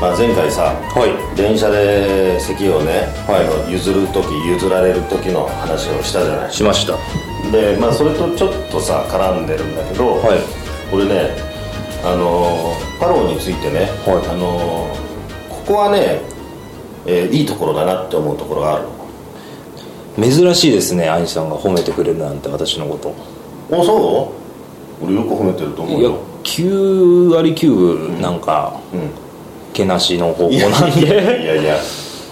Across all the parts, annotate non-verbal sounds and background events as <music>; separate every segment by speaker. Speaker 1: まあ、前回さ、
Speaker 2: は
Speaker 1: 電車で席をね、
Speaker 2: はい
Speaker 1: あの譲る時譲られる時の話をしたじゃない
Speaker 2: しました
Speaker 1: で、まあ、それとちょっとさ絡んでるんだけど、
Speaker 2: はい
Speaker 1: 俺ねあのーパローについてね、
Speaker 2: はい
Speaker 1: あのーここはね、えーいいところだなって思うところがある
Speaker 2: 珍しいですね兄さんが褒めてくれるなんて私のこと
Speaker 1: おそう俺よく褒めてると思う
Speaker 2: いや
Speaker 1: よ
Speaker 2: 9割9分なんか、けなしの方
Speaker 1: い
Speaker 2: 向なん
Speaker 1: い
Speaker 2: で
Speaker 1: やいやいや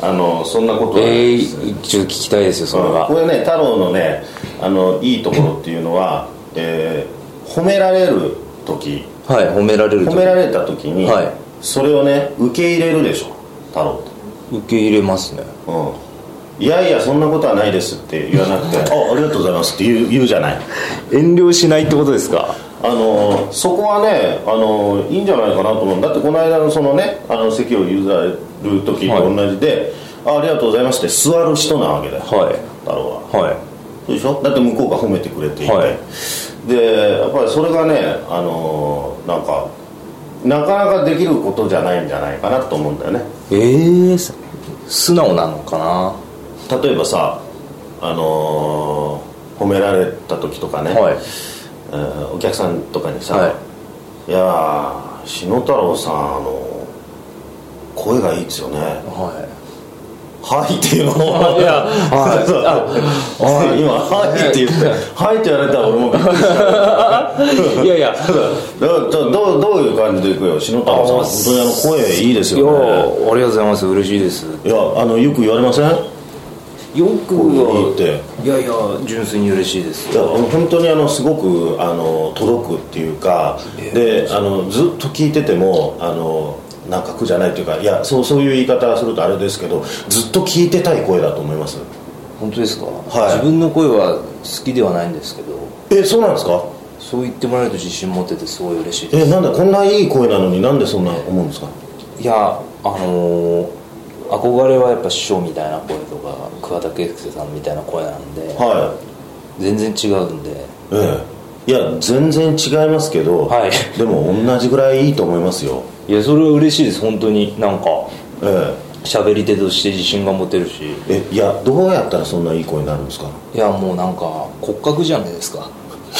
Speaker 1: あのそんなことはない
Speaker 2: え
Speaker 1: です
Speaker 2: ー、ちょっと聞きたいですよそれは
Speaker 1: これね太郎のねあのいいところっていうのは、えー褒められる時
Speaker 2: はい褒められると
Speaker 1: 褒められた時に、
Speaker 2: はい
Speaker 1: それをね受け入れるでしょ太郎って、
Speaker 2: 受け入れますね
Speaker 1: うん、いやいやそんなことはないですって言わなくて「 <laughs> あありがとうございます」って言う言うじゃない
Speaker 2: 遠慮しないってことですか
Speaker 1: あのそこはねあのいいんじゃないかなと思うだってこの間のそのねあの席を譲られる時と同じで「あありがとうございます」って座る人なわけだよ
Speaker 2: はい
Speaker 1: 太郎は
Speaker 2: はい
Speaker 1: そうでしょだって向こうが褒めてくれていて、
Speaker 2: はい
Speaker 1: でやっぱりそれがねあのーなんかなかなかできることじゃないんじゃないかなと思うんだよね
Speaker 2: ええ素直なのかな
Speaker 1: 例えばさあのー褒められた時とかね、
Speaker 2: はい
Speaker 1: えーお客さんとかにさ「、
Speaker 2: はい
Speaker 1: やー篠太郎さんあのー声がいいですよね」
Speaker 2: は
Speaker 1: はいっていうのを
Speaker 2: <laughs> いやは
Speaker 1: <laughs>
Speaker 2: い
Speaker 1: そうそう今「はい」って言って「はい」って言われたら俺もびっくりした
Speaker 2: いいやいや
Speaker 1: だからどうどうどういう感じでいくよ篠太郎さん本当にあの声いいですよ
Speaker 2: いや
Speaker 1: ね
Speaker 2: ありがとうございます嬉しいです
Speaker 1: いやあのよく言われませんいや
Speaker 2: よく
Speaker 1: いいって
Speaker 2: いやいや純粋に嬉しいです
Speaker 1: あの本当にあのすごくあの届くっていうかであのずっと聞いててもあのなんか苦じゃないっていうかいやそうそういう言い方するとあれですけどずっと聞いてたい声だと思います
Speaker 2: 本当ですか、
Speaker 1: はい
Speaker 2: 自分の声は好きではないんですけど
Speaker 1: えそうなんですか
Speaker 2: そう言ってもらえると自信持っててすごい嬉しいです
Speaker 1: えなんだこんないい声なのになんでそんな思うんですか
Speaker 2: いやあのー憧れはやっぱ師匠みたいな声とか桑田佳祐さんみたいな声なんで
Speaker 1: は
Speaker 2: 全然違うんで
Speaker 1: いええいや全然違いますけど、
Speaker 2: はい
Speaker 1: でも同じぐらいいいと思いますよ
Speaker 2: いやそれは嬉しいです本当になんか
Speaker 1: ええ
Speaker 2: 喋り手として自信が持てるし
Speaker 1: えいやどうやったらそんないい子になるんですか <laughs>
Speaker 2: いやもうなんか骨格じゃないですか
Speaker 1: い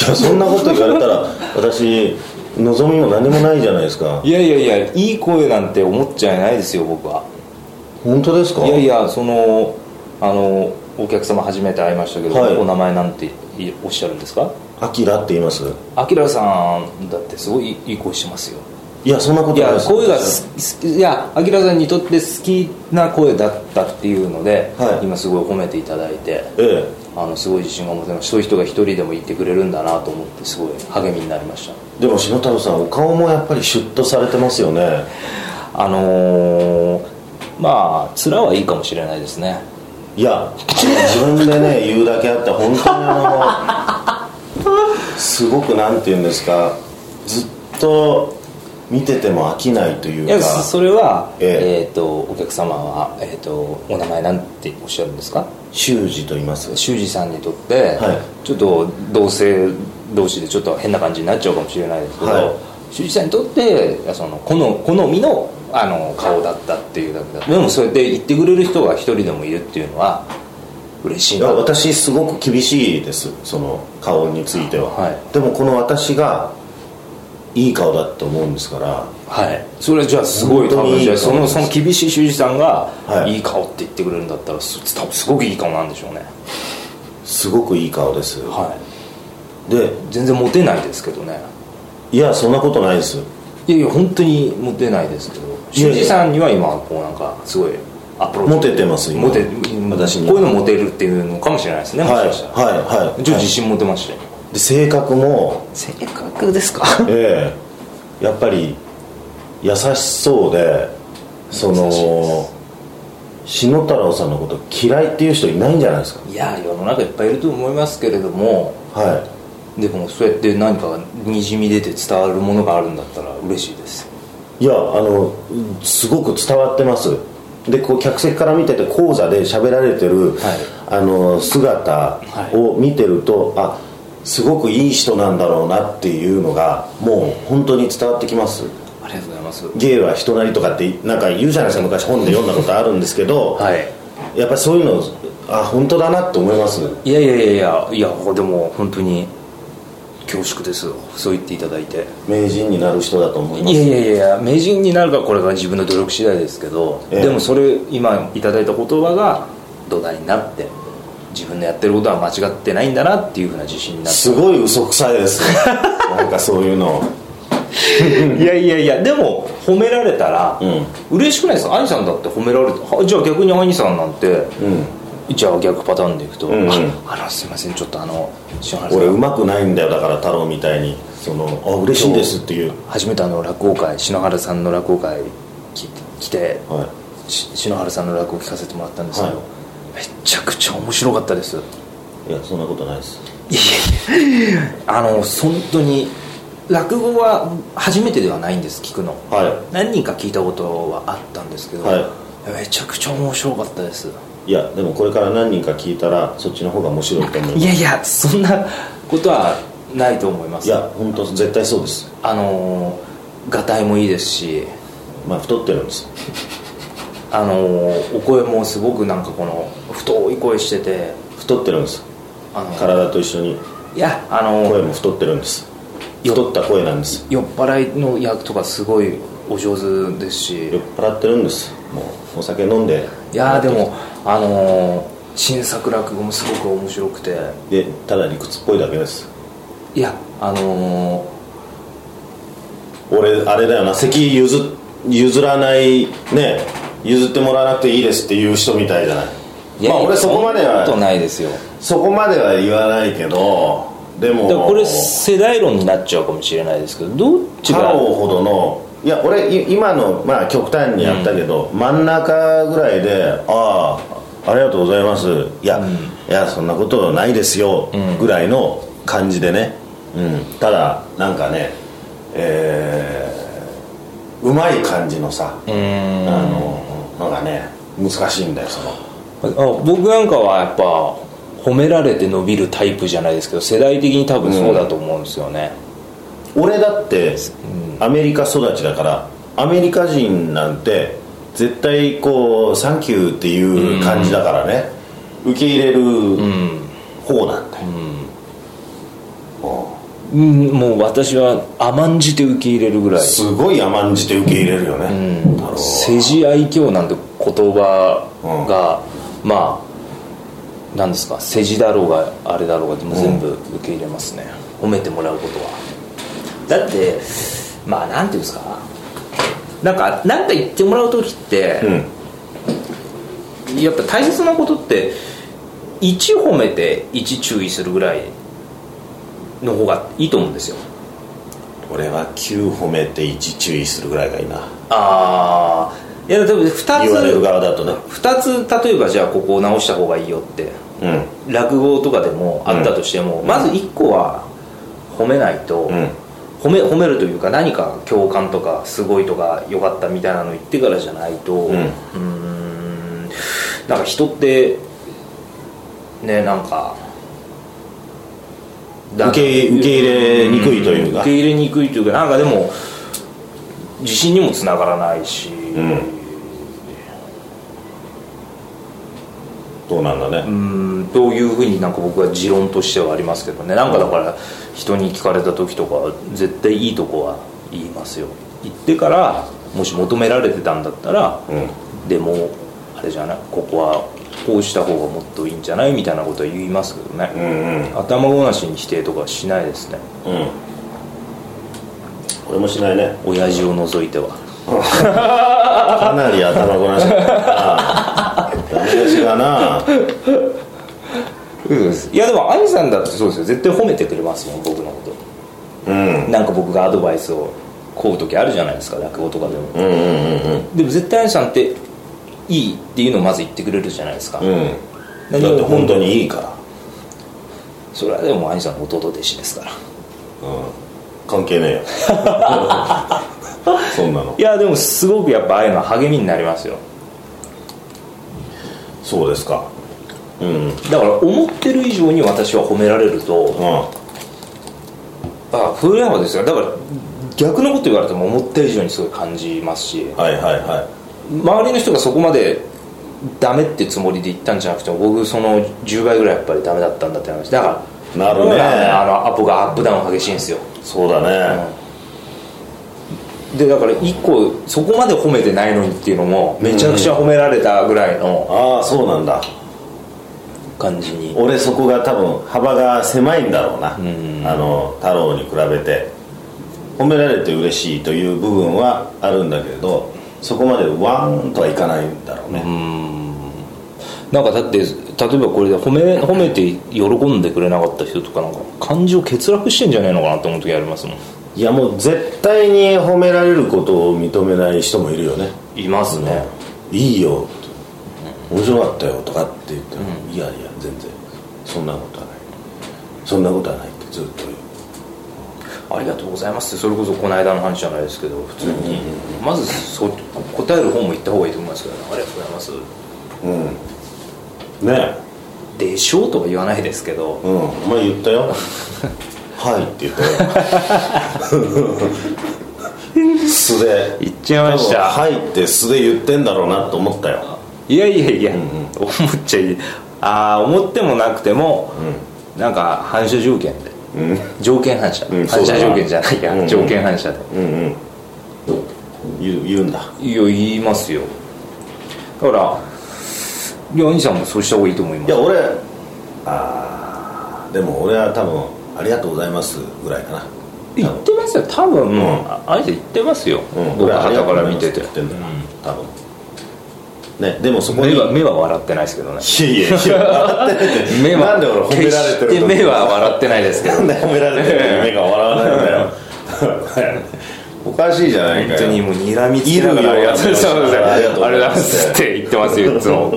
Speaker 1: やそんなこと言われたら私望みも何もないじゃないですか
Speaker 2: いやいやいやいい声なんて思っちゃいないですよ僕は
Speaker 1: 本当ですか
Speaker 2: いやいやそのあのお客様初めて会いましたけど、
Speaker 1: はい
Speaker 2: お名前なんていおっしゃるんですか
Speaker 1: アキラって言います
Speaker 2: あきらさんだってすごいいいいい声してますよ
Speaker 1: いやそんなこと
Speaker 2: いや
Speaker 1: です
Speaker 2: 声がすすいやあきらさんにとって好きな声だったっていうので、
Speaker 1: はい
Speaker 2: 今すごい褒めていただいて
Speaker 1: え
Speaker 2: あのすごい自信が持てましたそういう人が一人でもいてくれるんだなと思ってすごい励みになりました
Speaker 1: えでも篠太郎さんお顔もやっぱりシュッとされてますよね
Speaker 2: あのーまあ面はいいかもしれないですね
Speaker 1: いや自分で
Speaker 2: <laughs>
Speaker 1: ね言うだけあって本当にあのすごくなんて言うんですかずっと見てても飽きないという
Speaker 2: い
Speaker 1: か
Speaker 2: やそそれは
Speaker 1: え
Speaker 2: えーとお客様は、えー、とお名前なんておっしゃるんですか
Speaker 1: 修二と言います
Speaker 2: 修二さんにとって、
Speaker 1: は
Speaker 2: ちょっと同性同士でちょっと変な感じになっちゃうかもしれないですけど、
Speaker 1: はい
Speaker 2: 修二さんにとってその好好みのあの顔だったっていうだけだでもそうやって言ってくれる人が一人でもいるっていうのは嬉しい
Speaker 1: いや
Speaker 2: なと
Speaker 1: 私すごく厳しいですその顔については、
Speaker 2: はい
Speaker 1: でもこの私がいい顔だって思うんですから
Speaker 2: はいそれじゃあすご
Speaker 1: 本
Speaker 2: い多
Speaker 1: 当に
Speaker 2: 分
Speaker 1: いい
Speaker 2: じゃあ
Speaker 1: 顔
Speaker 2: そのその厳しい修二さんが、
Speaker 1: はい
Speaker 2: い、い顔って言ってくれるんだったらす多分すごくいい顔なんでしょうね
Speaker 1: すごくいい顔です、
Speaker 2: はい
Speaker 1: で
Speaker 2: 全然モテないですけどね
Speaker 1: いやそんなことないです
Speaker 2: いやいや本当にモテないですけど
Speaker 1: いやいや
Speaker 2: 修二さんには今こうなんかすごいアプローチ
Speaker 1: モテてます今
Speaker 2: モテ
Speaker 1: 私に
Speaker 2: こういうのモテるっていうのかもしれないですね
Speaker 1: は
Speaker 2: も
Speaker 1: い
Speaker 2: し
Speaker 1: はい
Speaker 2: かしたら、
Speaker 1: はい
Speaker 2: ちょっと自信持てましたよ
Speaker 1: で性格も
Speaker 2: 性格ですか
Speaker 1: ええやっぱり優しそうでそ
Speaker 2: 優しい
Speaker 1: の
Speaker 2: で
Speaker 1: 篠太郎さんのこと嫌いっていう人いないんじゃないですか
Speaker 2: <laughs> いや世の中いっぱいいると思いますけれども
Speaker 1: はい
Speaker 2: でもそうやって何かがにじみ出て伝わるものがあるんだったら嬉しいです
Speaker 1: いやあのうんすごく伝わってますでこう客席から見てて講座で喋られてる、あの姿を見てると、あすごくいい人なんだろうなっていうのがもう本当に伝わってきます
Speaker 2: ありがとうごりがとうございます
Speaker 1: 芸は人なりとかってなんか言うじゃないですか昔本で読んだことあるんですけど、
Speaker 2: はい
Speaker 1: やっぱりそういうのあ本当だなって思います
Speaker 2: いやいやいやいやいやでも本当に恐縮ですそう言っていただいて
Speaker 1: 名人になる人だと思いま
Speaker 2: い
Speaker 1: す
Speaker 2: やいやいや名人になるかこれは自分の努力次第ですけど、
Speaker 1: ええ
Speaker 2: でもそれ今いただいた言葉が土台になって自分のやってることは間違ってないんだなっていうふうな自信になっ
Speaker 1: すごい嘘くさいですねなんかそういうの
Speaker 2: ていやいやいやでも褒められたら、
Speaker 1: うん
Speaker 2: 嬉しくないですか兄さんだって褒められたはじゃあ逆に兄さんなんて
Speaker 1: うん
Speaker 2: じゃあ逆パターンでいくと、
Speaker 1: うんうん
Speaker 2: ああのすいませんちょっとあの篠原さん
Speaker 1: 俺うまくないんだよだから太郎みたいにそのあ嬉しいですっていう
Speaker 2: 初めてあの落語会篠原さんの落語会き来て
Speaker 1: はい
Speaker 2: し篠原さんの落語聞かせてもらったんですけど、
Speaker 1: は
Speaker 2: めちゃくちゃ面白かったですいや
Speaker 1: いやそんなことないです
Speaker 2: いやいやあの本当に落語は初めてではないんです聞くの
Speaker 1: は
Speaker 2: 何人か聞いたことはあったんですけど、
Speaker 1: は
Speaker 2: めちゃくちゃ面白かったです
Speaker 1: いいやでもこれから何人か聞いたらそっちの方が面白いと思いま
Speaker 2: い
Speaker 1: す
Speaker 2: やいやそんなことはないと思います
Speaker 1: いや本当絶対そうです
Speaker 2: あのがたいもいいですし
Speaker 1: まあ太ってるんです
Speaker 2: あのお声もすごくなんかこの太い声してて
Speaker 1: 太ってるんです
Speaker 2: あの
Speaker 1: 体と一緒に
Speaker 2: いやあの
Speaker 1: 声も太ってるんです
Speaker 2: よ
Speaker 1: 太った声なんです
Speaker 2: 酔っ払いの役とかすごいお上手ですし
Speaker 1: 酔っ払ってるんですもうお酒飲んで
Speaker 2: いやーでもあのー新作落語もすごく面白くて
Speaker 1: でただ理屈っぽいだけです
Speaker 2: いやあの
Speaker 1: 俺あれだよな席譲譲らないね譲ってもらわなくていいですっていう人みたいじゃない
Speaker 2: ーいや
Speaker 1: まあ俺そこまで
Speaker 2: んなこと
Speaker 1: は
Speaker 2: ないですよ
Speaker 1: そこまでは言わないけどでも
Speaker 2: だからこれ世代論になっちゃうかもしれないですけどどっち
Speaker 1: 太
Speaker 2: が
Speaker 1: 郎ほどのいや俺い今のまあ極端にやったけど、真ん中ぐらいで「ああありがとうございます」いや、いやそんなことないですよ、ぐらいの感じでね、うん、ただなんかねえーうまい感じのさ、
Speaker 2: うーん
Speaker 1: あのなんかね難しいんだよその
Speaker 2: あ僕なんかはやっぱ褒められて伸びるタイプじゃないですけど世代的に多分そうだと思うんですよね、
Speaker 1: 俺だってアメリカ育ちだからアメリカ人なんて絶対こう「サンキュー」っていう感じだからね、受け入れる方なんだよ、も
Speaker 2: うんもう私は甘んじて受け入れるぐらいう
Speaker 1: すごい甘んじて受け入れるよね、だろう
Speaker 2: 政治愛嬌なんて言葉が、まあなんですか世辞だろうがあれだろうがでも全部受け入れますね、褒めてもらうことはだってまあなんていうんですかなんかなんか言ってもらう時って、
Speaker 1: うん
Speaker 2: やっぱ大切なことって1褒めて1注意するぐらいの方がいいと思うんですよ
Speaker 1: 俺は9褒めて1注意するぐらいがいいな
Speaker 2: ああいやでも2つ
Speaker 1: 言われる側だとね
Speaker 2: 2つ例えばじゃあここを直した方がいいよって
Speaker 1: うん
Speaker 2: 落語とかでもあったとしても、まず1個は褒めないと、
Speaker 1: うん
Speaker 2: 褒め褒めるというか何か共感とかすごいとか良かったみたいなの言ってからじゃないと、
Speaker 1: うん
Speaker 2: うーんなんか人ってねなんかだ
Speaker 1: 受け受け入れにくいというか
Speaker 2: 受け入れにくいというかなんかでも自信にもつながらないし、
Speaker 1: んどうなんだね、
Speaker 2: うんというふうになんか僕は持論としてはありますけどねなんかだから人に聞かれた時とか絶対いいとこは言いますよ言ってからもし求められてたんだったら、でもあれじゃないここはこうした方がもっといいんじゃないみたいなことは言いますけどね、頭ごなしに否定とかはしないですね
Speaker 1: うん俺もしないね
Speaker 2: 親父を除いては
Speaker 1: かなり頭ごなしだなダメ出しだな
Speaker 2: うんいやでも兄さんだってそうですよ絶対褒めてくれますもん僕のこと
Speaker 1: うん
Speaker 2: なんか僕がアドバイスをこう時あるじゃないですか落語とかでも、
Speaker 1: うんうんうん
Speaker 2: でも絶対兄さんっていいっていうのをまず言ってくれるじゃないですか、
Speaker 1: うんうんだっ
Speaker 2: 何より
Speaker 1: て本当にいいから、
Speaker 2: それはでも兄さんの弟弟子ですから
Speaker 1: うん、関係ね <laughs> えよそんなの
Speaker 2: いやでもすごくやっぱああいうのは励みになりますよ
Speaker 1: そうですかうんうん
Speaker 2: だから思ってる以上に私は褒められるとあ古山ですよだから逆のこと言われても思った以上にすごい感じますし
Speaker 1: はいはいは
Speaker 2: 周りの人がそこまでダメってつもりで言ったんじゃなくて僕その10倍ぐらいやっぱりダメだったんだって話だから
Speaker 1: なるほどね
Speaker 2: あのアポがアップダウン激しいんですよ
Speaker 1: いそうだね、
Speaker 2: でだから1個そこまで褒めてないのにっていうのもめちゃくちゃ褒められたぐらいの
Speaker 1: ああそうなんだ
Speaker 2: 感じに
Speaker 1: 俺そこが多分幅が狭いんだろうな、あの太郎に比べて褒められて嬉しいという部分はあるんだけれどそこまでワンとはいかないんだろうね、
Speaker 2: なんかだって例えばこれで褒め褒めて喜んでくれなかった人とかなんか感情欠落してんじゃないのかなって思う時ありますもん
Speaker 1: いやもう絶対に褒められることを認めない人もいるよね
Speaker 2: いますね
Speaker 1: いいよって面白かったよとかって言って、いやいや全然そんなことはないそんなことはないってずっと言う
Speaker 2: ありがとうございますってそれこそこの間の話じゃないですけど普通にまずそ答える方も言った方がいいと思いますけど、ね、ありがとうございます
Speaker 1: ね
Speaker 2: でしょうとは言わないですけど
Speaker 1: うんお前言ったよ
Speaker 2: <laughs>
Speaker 1: はいって言
Speaker 2: <laughs>
Speaker 1: ったよ素で
Speaker 2: 言っちゃいました
Speaker 1: 多分はいって素で言ってんだろうなと思ったよ
Speaker 2: いやいやいや、思っちゃいああ思ってもなくても、なんか反射条件で、条件反射、
Speaker 1: うん
Speaker 2: 反射条件じゃな
Speaker 1: そう
Speaker 2: いや、
Speaker 1: だなうんうん
Speaker 2: 条件反射で、
Speaker 1: 言う言うんだ
Speaker 2: いや言いますよだからいや兄さんもそうした方がいいと思いま
Speaker 1: い
Speaker 2: す
Speaker 1: や俺あーでも俺は多分「ありがとうございます」ぐらいかな
Speaker 2: 言ってますよ多分、
Speaker 1: ん
Speaker 2: ああいつ言ってますよ、
Speaker 1: うん
Speaker 2: 僕
Speaker 1: 俺は
Speaker 2: はたから見てて
Speaker 1: ありがとうございますって言ってんだよ多分ねでもそこに
Speaker 2: 目は目は笑ってないですけどね
Speaker 1: いやいやいや笑ってないって
Speaker 2: 目は
Speaker 1: なんで俺褒められてる
Speaker 2: 決して
Speaker 1: と
Speaker 2: 目は笑ってないですけど
Speaker 1: なんで褒められてる時目が笑わないんだよおかしいじゃない
Speaker 2: 本
Speaker 1: か
Speaker 2: 当
Speaker 1: よ
Speaker 2: にもう睨みつけながら
Speaker 1: <laughs> いるよ
Speaker 2: やってました
Speaker 1: やってました
Speaker 2: ありがとうございますって言ってますよいつも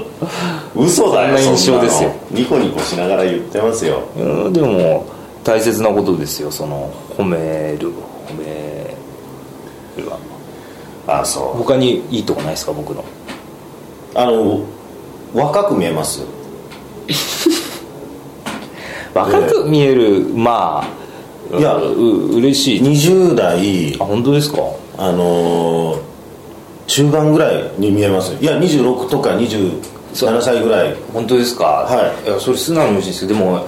Speaker 1: 嘘だよ
Speaker 2: そんな印象
Speaker 1: の
Speaker 2: ですよ
Speaker 1: ニコニコしながら言ってますよ
Speaker 2: うんでも大切なことですよその褒める褒めるは
Speaker 1: あそ
Speaker 2: 他にいいとこないですか僕の
Speaker 1: うあの若く見えます
Speaker 2: 若く見えるまあ
Speaker 1: いや
Speaker 2: う嬉しい
Speaker 1: 20代
Speaker 2: あ本当ですか
Speaker 1: あのー中盤ぐらいに見えますいや26とか27歳ぐらい違い
Speaker 2: 本当ですか
Speaker 1: はい
Speaker 2: いやそれ素直に嬉しいですけどでも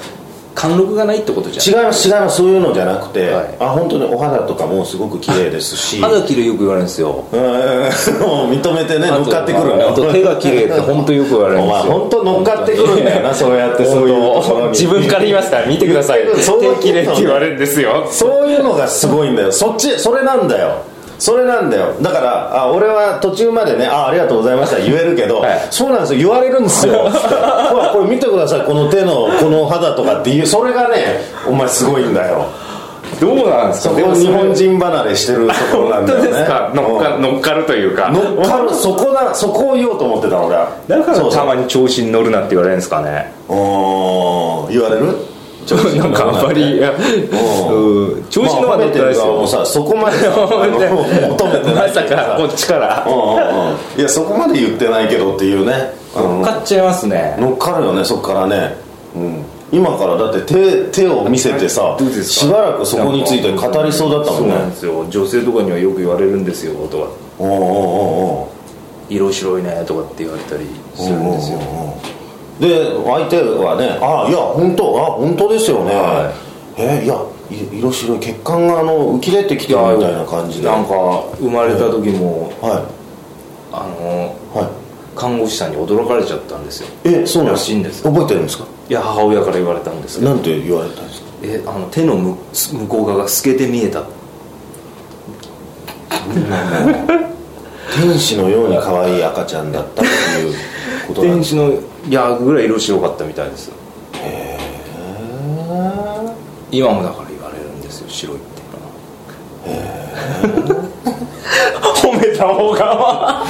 Speaker 2: 貫禄がないってことじゃん
Speaker 1: ます違いますそういうのじゃなくて、
Speaker 2: はい
Speaker 1: あ本当にお肌とかもすごく綺麗ですし
Speaker 2: 肌綺麗よく言われるんですよ
Speaker 1: うん <laughs> もう認めてね乗っかってくるね
Speaker 2: あと手が綺麗って本当よく言われるん
Speaker 1: お
Speaker 2: で
Speaker 1: 前
Speaker 2: すよ
Speaker 1: 本当乗っかってくるんだよなそうやってそういうとこ <laughs> ろに
Speaker 2: 自分から言いました見てください
Speaker 1: 言ってくるそういう
Speaker 2: 手綺麗って言われるんですよ
Speaker 1: そういうのがすごいんだよそっちそれなんだよそれなんだよだからあ俺は途中までねあありがとうございました言えるけど、
Speaker 2: はい
Speaker 1: そうなんですよ言われるんですよ
Speaker 2: <laughs>
Speaker 1: ほらこれ見てくださいこの手のこの肌とかっていうそれがねお前すごいんだよ
Speaker 2: どうなんです
Speaker 1: そこ日本人離れしてるところなん
Speaker 2: 本
Speaker 1: だよ
Speaker 2: 当
Speaker 1: ね
Speaker 2: ですか乗っか
Speaker 1: うん
Speaker 2: 乗っかるというか
Speaker 1: 乗っかるそこだそこを言おうと思ってた俺は
Speaker 2: だか
Speaker 1: そ
Speaker 2: ら
Speaker 1: うそう
Speaker 2: たまに調子に乗るなって言われるんですかね
Speaker 1: おー言われる
Speaker 2: なんかあんまりいや
Speaker 1: ん
Speaker 2: うん調子に乗ら
Speaker 1: ま
Speaker 2: な
Speaker 1: あ褒め
Speaker 2: いって
Speaker 1: て
Speaker 2: ない
Speaker 1: る
Speaker 2: です
Speaker 1: 側も
Speaker 2: よ
Speaker 1: さそこまで
Speaker 2: <laughs>
Speaker 1: さあの <laughs> 求めてな
Speaker 2: ま
Speaker 1: いけ
Speaker 2: さ
Speaker 1: どさ
Speaker 2: かこっちから
Speaker 1: うんうんうんいやそこまで言ってないけどっていうね、うん
Speaker 2: 乗っかっちゃいますね
Speaker 1: 乗っかるよねそっからね、うん、今からだって手手を見せてさ
Speaker 2: どうですか
Speaker 1: しばらくそこについて語りそうだったもん
Speaker 2: そうなん
Speaker 1: ね
Speaker 2: ですよ女性とかにはよく言われるんですよとか
Speaker 1: おうおうおうおう
Speaker 2: 色白いねとかって言われたりするんですよ
Speaker 1: で相手はね「あいや本当あ本当ですよね」
Speaker 2: は
Speaker 1: えいやい色白い血管があの浮き出てきてるみたいな感じで
Speaker 2: なんか生まれた時も、
Speaker 1: は
Speaker 2: あの
Speaker 1: いはい
Speaker 2: 看護師さんに驚かれちゃったんですよ
Speaker 1: えそうなん
Speaker 2: らしいんです
Speaker 1: 覚えてるんですか
Speaker 2: いや母親から言われたんですけど
Speaker 1: なんて言われたんですか
Speaker 2: えあの手のむ向こう側が透けて見えた
Speaker 1: 天使のように可愛い赤ちゃんだったっていうことなん
Speaker 2: 天
Speaker 1: です
Speaker 2: 使のいやぐらい色白かったみたいです今もだから言われるんですよ白いっていうのは褒めた方が
Speaker 1: う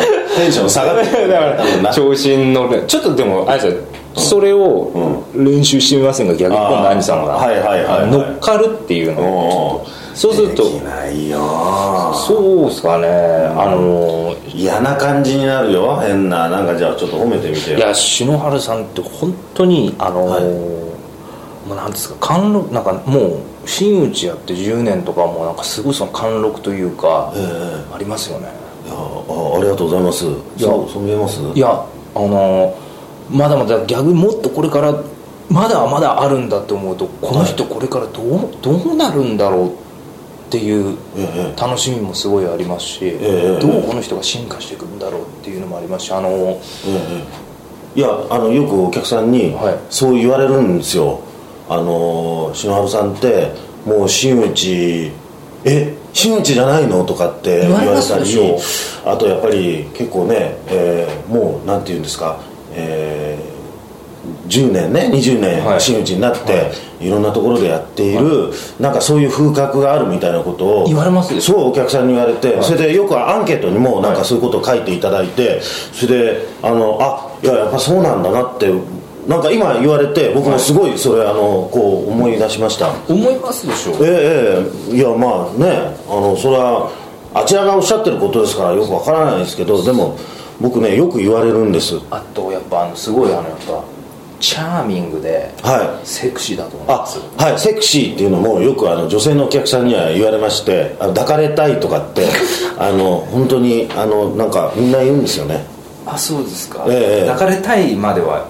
Speaker 1: んテンション下がってる
Speaker 2: だから
Speaker 1: 多分
Speaker 2: 調子に乗るちょっとでもあれですよそれを練習してみませんが逆に今度
Speaker 1: あー
Speaker 2: 兄さんが
Speaker 1: はいはいはいはい
Speaker 2: 乗っかるっていう
Speaker 1: な
Speaker 2: のを
Speaker 1: おうおう
Speaker 2: そうすると
Speaker 1: できないよ
Speaker 2: そうですかねあの
Speaker 1: 嫌な感じになるよ変ななんかじゃあちょっと褒めてみてよ
Speaker 2: いや篠原さんって本当にあのーもうなんですか貫禄なんかもう真打ちやって10年とかはもうなんかすごいその貫禄というか、
Speaker 1: ええ
Speaker 2: ありますよね
Speaker 1: いやあありがとうございますそうそう見えます
Speaker 2: いやあのまだまだギャグもっとこれからまだまだあるんだと思うとこの人これからどう,、どうなるんだろうっていう
Speaker 1: え
Speaker 2: 楽しみもすごいありますし、
Speaker 1: ええ
Speaker 2: どうこの人が進化していくんだろうっていうのもありますしあの
Speaker 1: えええいやあのよくお客さんに
Speaker 2: はい
Speaker 1: そう言われるんですよ、あの篠原さんってもう真打ちえ真打ちじゃないのとかって言わ
Speaker 2: 言われ
Speaker 1: れ
Speaker 2: ます
Speaker 1: た
Speaker 2: で
Speaker 1: り
Speaker 2: しょ
Speaker 1: あとやっぱり結構ね、えーもうなんて言うんですか、えー10年ね20
Speaker 2: はい
Speaker 1: 年真打ちになって、い、ろんなところでやっている、なんかそういう風格があるみたいなことを
Speaker 2: 言われますでしょ
Speaker 1: そうお客さんに言われて、それでよくアンケートにもなん
Speaker 2: はい
Speaker 1: かそういうことを書いていただいてそれであのあいややっぱそうなんだなってなんか今言われて僕もすごいそれ、あのこう思い出しました
Speaker 2: 思いますでしょ
Speaker 1: ええええいやまあねあのそれはあちらがおっしゃってることですからよくわからないですけどでも僕ねよく言われるんです
Speaker 2: あとやっぱあのすごいあのやっぱチャーミングで
Speaker 1: はい
Speaker 2: セクシーだと思い
Speaker 1: あ
Speaker 2: ます
Speaker 1: はいセクシーっていうのもよくあの女性のお客さんには言われましてあの抱かれたいとかって
Speaker 2: <laughs>
Speaker 1: あの本当にあのなんかみんな言うんですよね
Speaker 2: あそうですか、
Speaker 1: ええ
Speaker 2: 抱かれたいまでは、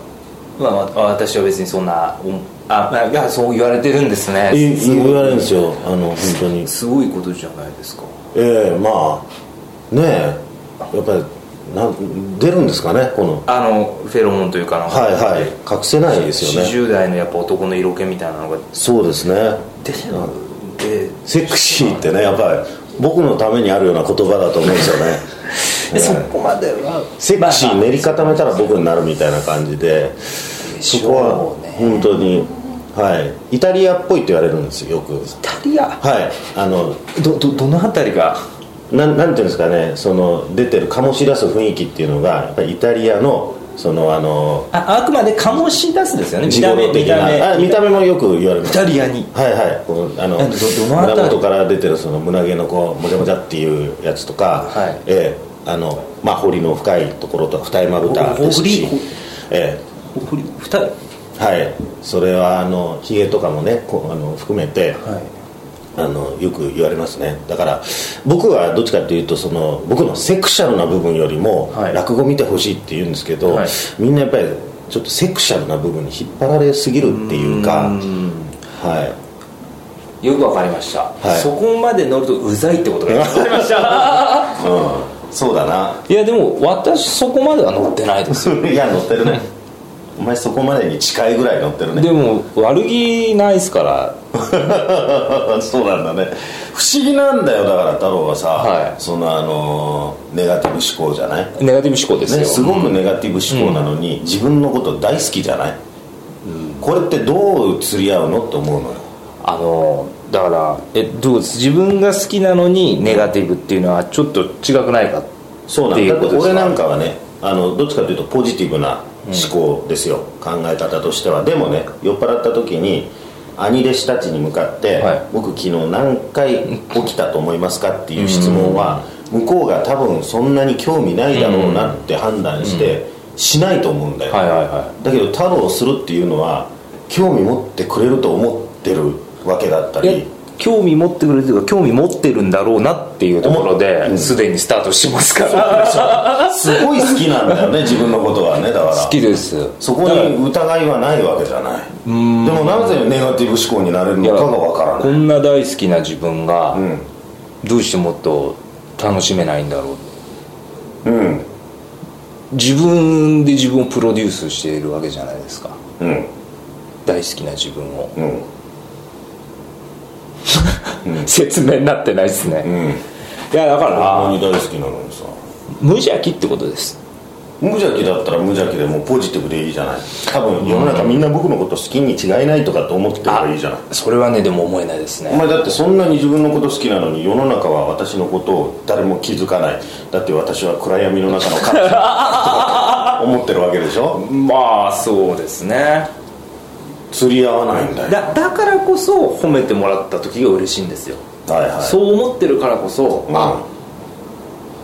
Speaker 2: まあまあ、私は別にそんなおあまあいやそう言われてるんですね
Speaker 1: いい
Speaker 2: すごい
Speaker 1: 言われるんですよあの本当に
Speaker 2: すごいことじゃないですか
Speaker 1: ええまあねえやっぱりなん出るんですかねこの
Speaker 2: あのフェロモンというかなんか
Speaker 1: はいはい隠せないですよね
Speaker 2: 40代のやっぱ男の色気みたいなのが
Speaker 1: そうですね
Speaker 2: 出てるで
Speaker 1: セクシーってねやっぱり僕のためにあるような言葉だと思うんですよね
Speaker 2: でそこまでは
Speaker 1: セクシー練り固めたら僕になるみたいな感じでそこは本当にはいイタリアっぽいって言われるんですよよく
Speaker 2: イタリア
Speaker 1: はいあの
Speaker 2: どどどの辺りが
Speaker 1: なんなんていうんですかねその出てる醸し出す雰囲気っていうのがやっぱりイタリアのそのあの
Speaker 2: ああくまで醸し出すですよね見
Speaker 1: 地
Speaker 2: た
Speaker 1: 頃
Speaker 2: 目見
Speaker 1: 的
Speaker 2: た目
Speaker 1: なあ見た目もよく言われま
Speaker 2: イ
Speaker 1: す
Speaker 2: タリアに
Speaker 1: はいはいこのあの
Speaker 2: えどどのあたり
Speaker 1: 胸元から出てるその胸毛のこうもじゃもじゃっていうやつとか、
Speaker 2: はい
Speaker 1: ええあのまあ彫りの深いところとか二重丸太です
Speaker 2: ほ
Speaker 1: し
Speaker 2: ほりほ、
Speaker 1: え
Speaker 2: ふり二人
Speaker 1: えはいそれはあのひげとかもねこうあの含めて、
Speaker 2: はい
Speaker 1: あのよく言われますねだから僕はどっちかっていうとその僕のセクシャルな部分よりも
Speaker 2: はい
Speaker 1: 落語見てほしいって言うんですけど、
Speaker 2: はい
Speaker 1: みんなやっぱりちょっとセクシャルな部分に引っ張られすぎるっていうかはい
Speaker 2: よくわかりました、
Speaker 1: い
Speaker 2: そこまで乗るとうざいってことが分かりました
Speaker 1: <laughs> うんそうだな <laughs>
Speaker 2: いやでも私そこまでは乗ってないですよ
Speaker 1: いや乗ってるねお前そこまでに近いぐらい乗ってるね
Speaker 2: でも悪気ないですから
Speaker 1: <laughs> そうなんだね不思議なんだよだから太郎はさ、
Speaker 2: はい
Speaker 1: そのあのネガティブ思考じゃない
Speaker 2: ネガティブ思考ですよ、
Speaker 1: ね、すごくネガティブ思考なのに、自分のこと大好きじゃない、これってどう釣り合うのって思うのよ
Speaker 2: あのだからえどうです自分が好きなのにネガティブっていうのはちょっと違くないか
Speaker 1: そうな
Speaker 2: って
Speaker 1: ん
Speaker 2: い
Speaker 1: だ
Speaker 2: う
Speaker 1: だ
Speaker 2: こ
Speaker 1: って
Speaker 2: とですか
Speaker 1: 俺なんかはねあのどっちかというとポジティブな思考ですよ、考え方としてはでもね酔っ払った時に兄弟子たちに向かって、
Speaker 2: はい
Speaker 1: 僕昨日何回起きたと思いますかっていう質問は、向こうが多分そんなに興味ないだろうなって判断して、しないと思うんだよ、
Speaker 2: はいはいは
Speaker 1: だけど太郎をするっていうのは興味持ってくれると思ってるわけだった
Speaker 2: いえ
Speaker 1: り
Speaker 2: 興味持ってくれるというか興味持ってるんだろうなっていうところ
Speaker 1: う
Speaker 2: で
Speaker 1: ん
Speaker 2: すで、にスタートしてますから
Speaker 1: すごい好きなんだよね自分のことはねだから
Speaker 2: <laughs> 好きです
Speaker 1: そこに疑いはないわけじゃないでもなぜネガティブ思考になれる
Speaker 2: いや
Speaker 1: のかがわから
Speaker 2: こ
Speaker 1: ない
Speaker 2: んな大好きな自分が、
Speaker 1: ん
Speaker 2: どうしてもっと楽しめないんだろう
Speaker 1: うん
Speaker 2: 自分で自分をプロデュースしているわけじゃないですか
Speaker 1: うん
Speaker 2: 大好きな自分を、
Speaker 1: うん
Speaker 2: 説明になってないですね、
Speaker 1: うん
Speaker 2: いやだか
Speaker 1: あん
Speaker 2: ら
Speaker 1: に大好きなのにさ
Speaker 2: 無邪気ってことです
Speaker 1: 無邪気だったら無邪気でもうポジティブでいいじゃない多分世の中みんな僕のこと好きに違いないとかと思ってればいいじゃない
Speaker 2: それはねでも思えないです
Speaker 1: お
Speaker 2: ね
Speaker 1: 前だってそんなに自分のこと好きなのに世の中は私のことを誰も気づかないだって私は暗闇の中の彼女
Speaker 2: <laughs>
Speaker 1: だと思ってるわけでしょ
Speaker 2: まあそうですね
Speaker 1: 釣り合わないんだよ
Speaker 2: だだからこそ褒めてもらった時が嬉しいんですよ、
Speaker 1: はいはい
Speaker 2: そう思ってるからこそ、
Speaker 1: うん
Speaker 2: あ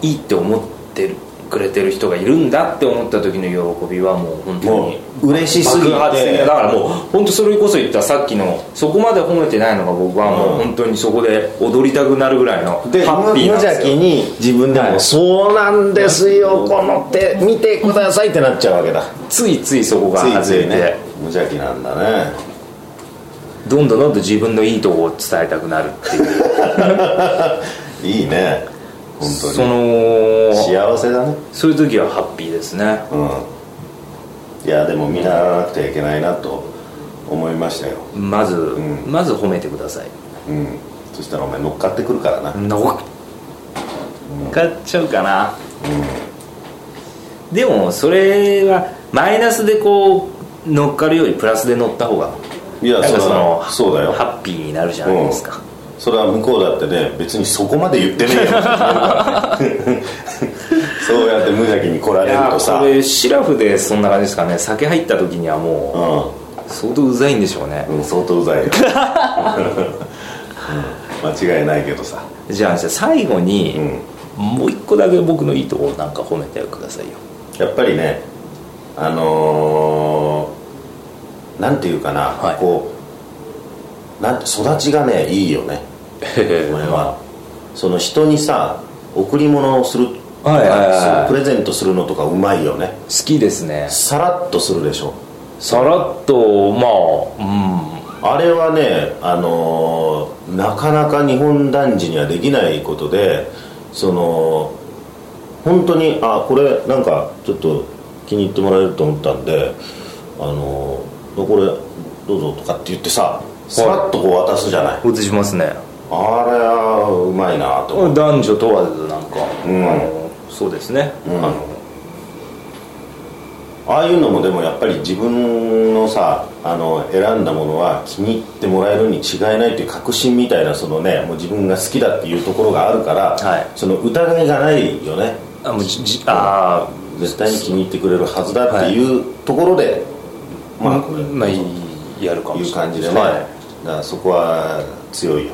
Speaker 2: いいって思ってるくれてる人がいるんだって思った時の喜びはもう本当
Speaker 1: も
Speaker 2: に
Speaker 1: う嬉しすぎて
Speaker 2: 爆発的なだからもう本当それこそ言ったさっきのそこまで褒めてないのが僕はもう本当にそこで踊りたくなるぐらいのハッ
Speaker 1: で無
Speaker 2: ピー
Speaker 1: 無
Speaker 2: なんで
Speaker 1: 邪
Speaker 2: す
Speaker 1: 気
Speaker 2: よ
Speaker 1: に自分でも、
Speaker 2: はい
Speaker 1: そうなんですよこの手見てくださいってなっちゃうわけだ
Speaker 2: ついついそこが
Speaker 1: つい
Speaker 2: 外
Speaker 1: つ
Speaker 2: れ
Speaker 1: いね
Speaker 2: て
Speaker 1: 無邪気なんだね
Speaker 2: どんどんどんどん自分のいいとこを伝えたくなるっていう
Speaker 1: いいね本
Speaker 2: そ
Speaker 1: 当に
Speaker 2: の
Speaker 1: 幸せだね
Speaker 2: そういう時はハッピーですね
Speaker 1: うんいやでも見習わなくてはいけないなと思いましたよ
Speaker 2: まず、
Speaker 1: ん
Speaker 2: まず褒めてください
Speaker 1: うんそしたらお前乗っかってくるからな
Speaker 2: 乗っかっちゃうかな、でもそれはマイナスでこう乗っかるよりプラスで乗った方が
Speaker 1: いや
Speaker 2: なんか
Speaker 1: そ
Speaker 2: そう
Speaker 1: だよ
Speaker 2: の
Speaker 1: そうだよ
Speaker 2: ハッピーになるじゃないですか、
Speaker 1: それは向こうだってね別にそこまで言ってねえ <laughs> よって言うからねそうやって無邪気に来ら
Speaker 2: い
Speaker 1: れる
Speaker 2: や
Speaker 1: とさ
Speaker 2: これシラフでそんな感じですかね酒入った時にはも
Speaker 1: う
Speaker 2: う相当うざいんでしょうね、
Speaker 1: ん、うん、相当うざいよ、うん間違いないけどさ
Speaker 2: じゃあじゃあ最後に、
Speaker 1: うん
Speaker 2: もう一個だけ僕のいいとこをなんか褒めてくださいよ
Speaker 1: やっぱりねあのー、なんていうかな、
Speaker 2: はい
Speaker 1: こうなんて育ちがねいいよねお前はその人にさ贈り物をするとか
Speaker 2: <laughs> はいはいはい
Speaker 1: するプレゼントするのとかうまいよね
Speaker 2: 好きですね
Speaker 1: さらっとするでしょ
Speaker 2: さらっとまあう
Speaker 1: あ
Speaker 2: ん
Speaker 1: れはね、あのーなかなか日本男児にはできないことでその本当にあこれなんかちょっと気に入ってもらえると思ったんで、あのーこれどうぞとかって言ってささらっとこう渡すじゃない、
Speaker 2: 映しますね
Speaker 1: あれはうまいなと思う、
Speaker 2: 男女問わずなんか、
Speaker 1: うん
Speaker 2: あのそうですね、
Speaker 1: うん
Speaker 2: あの
Speaker 1: ああいうのもでもやっぱり自分のさあの選んだものは気に入ってもらえるに違いないという確信みたいなそのねもう自分が好きだっていうところがあるから、
Speaker 2: はい
Speaker 1: その疑いがないよね
Speaker 2: あもうじじあー
Speaker 1: 絶対に気に入ってくれるはずだっていうところで、まあこれ
Speaker 2: まあい
Speaker 1: い
Speaker 2: やるかも
Speaker 1: う
Speaker 2: しれない
Speaker 1: 感じでね、
Speaker 2: は
Speaker 1: だからそこは強いよ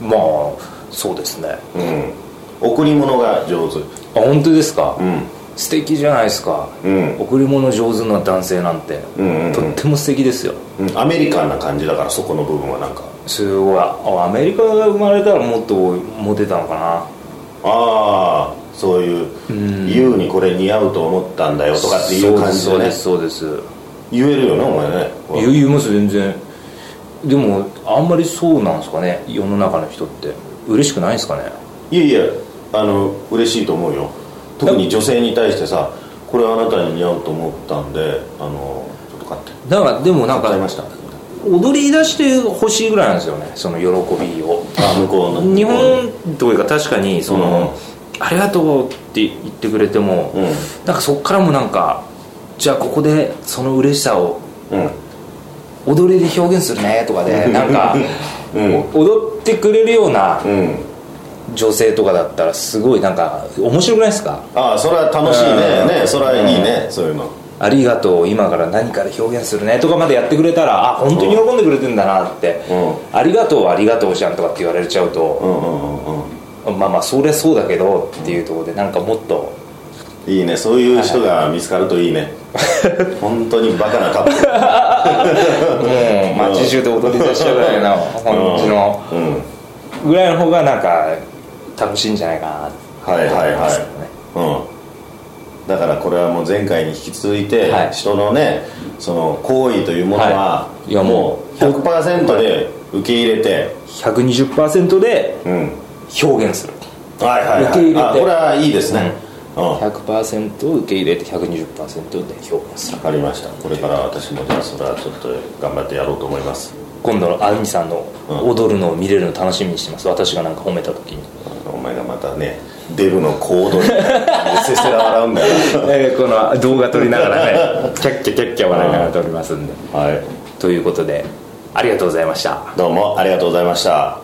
Speaker 2: いまあそうですねあ
Speaker 1: うん贈り物が上手
Speaker 2: 本当ですか、
Speaker 1: うん
Speaker 2: 素敵じゃないですか、
Speaker 1: うん
Speaker 2: 贈り物上手な男性なんて、
Speaker 1: うんうんうん
Speaker 2: とっても素敵ですよ
Speaker 1: うんアメリカンな感じだからそこの部分はなんか
Speaker 2: すごいあアメリカが生まれたらもっとモテたのか
Speaker 1: ああそういう「優、にこれ似合うと思ったんだよ」
Speaker 2: な
Speaker 1: とかっていう感じ
Speaker 2: そう
Speaker 1: で
Speaker 2: で
Speaker 1: ね
Speaker 2: すそうですそうです
Speaker 1: 言えるよねお前ね
Speaker 2: 言う言います全然でもあんまりそうなんですかね世の中の人って嬉しくないですかね
Speaker 1: いやいやあの嬉しいと思うよ特に女性に対してさ「これあなたに似合うと思ったんであのちょっと買って
Speaker 2: だからでもなん
Speaker 1: 買いま
Speaker 2: か
Speaker 1: した」
Speaker 2: 踊り出してほしいぐらいなんですよねその喜びを
Speaker 1: あ向こうの
Speaker 2: 日本というか確かにその、ありがとうって言ってくれても、
Speaker 1: うん
Speaker 2: なんかそっからもなんかじゃあここでその嬉しさを
Speaker 1: うん
Speaker 2: 踊りで表現するねとかでなんか、
Speaker 1: うん
Speaker 2: 踊ってくれるような
Speaker 1: うん
Speaker 2: 女性とかだったらすごいなんか面白くないですか
Speaker 1: ああそれは楽しいね
Speaker 2: うん
Speaker 1: ねそれはいいねそういうの
Speaker 2: ありがとう今から何から表現するねとかまでやってくれたらあ本当に喜んでくれてんだなって、
Speaker 1: う
Speaker 2: ありがとうはありがとうじゃんとかって言われちゃう
Speaker 1: う
Speaker 2: と、
Speaker 1: んうんうんうん
Speaker 2: まあまあそりゃそうだけどっていうところでなんかもっと
Speaker 1: いいねそういう人が見つかるといいね本当にバカなカップル
Speaker 2: もう街中で踊り出しちゃうぐらいの <laughs> 本気の
Speaker 1: うんうん
Speaker 2: ぐらいの方がなんか楽しいんじゃないかなって
Speaker 1: はいはい
Speaker 2: 思
Speaker 1: は
Speaker 2: ます
Speaker 1: い
Speaker 2: けどね、
Speaker 1: うん、だからこれはもう前回に引き続いて、
Speaker 2: はい
Speaker 1: 人のねその行為というものは、
Speaker 2: はいいやもう
Speaker 1: もう100%で受け入れて、
Speaker 2: 120%で
Speaker 1: うん、
Speaker 2: 表現する
Speaker 1: はいはいはい
Speaker 2: 受け入れて
Speaker 1: あこれはいいですね、うん
Speaker 2: 100%受け入れて120%で表現す
Speaker 1: 分
Speaker 2: る
Speaker 1: かりましたこれから私もじゃあそれはちょっと頑張ってやろうと思います
Speaker 2: 今度のあゆみさんの
Speaker 1: うん
Speaker 2: 踊るのを見れるの楽しみにしてます私がなんか褒めた時に
Speaker 1: お前がまたねデブの行動にせせら笑うんだよ
Speaker 2: えーこの動画撮りなが <laughs> らねキャッキャキャッキャ笑いながら撮りますんで <laughs>
Speaker 1: なはい
Speaker 2: ということでありがとうございました
Speaker 1: どうもありがとうございました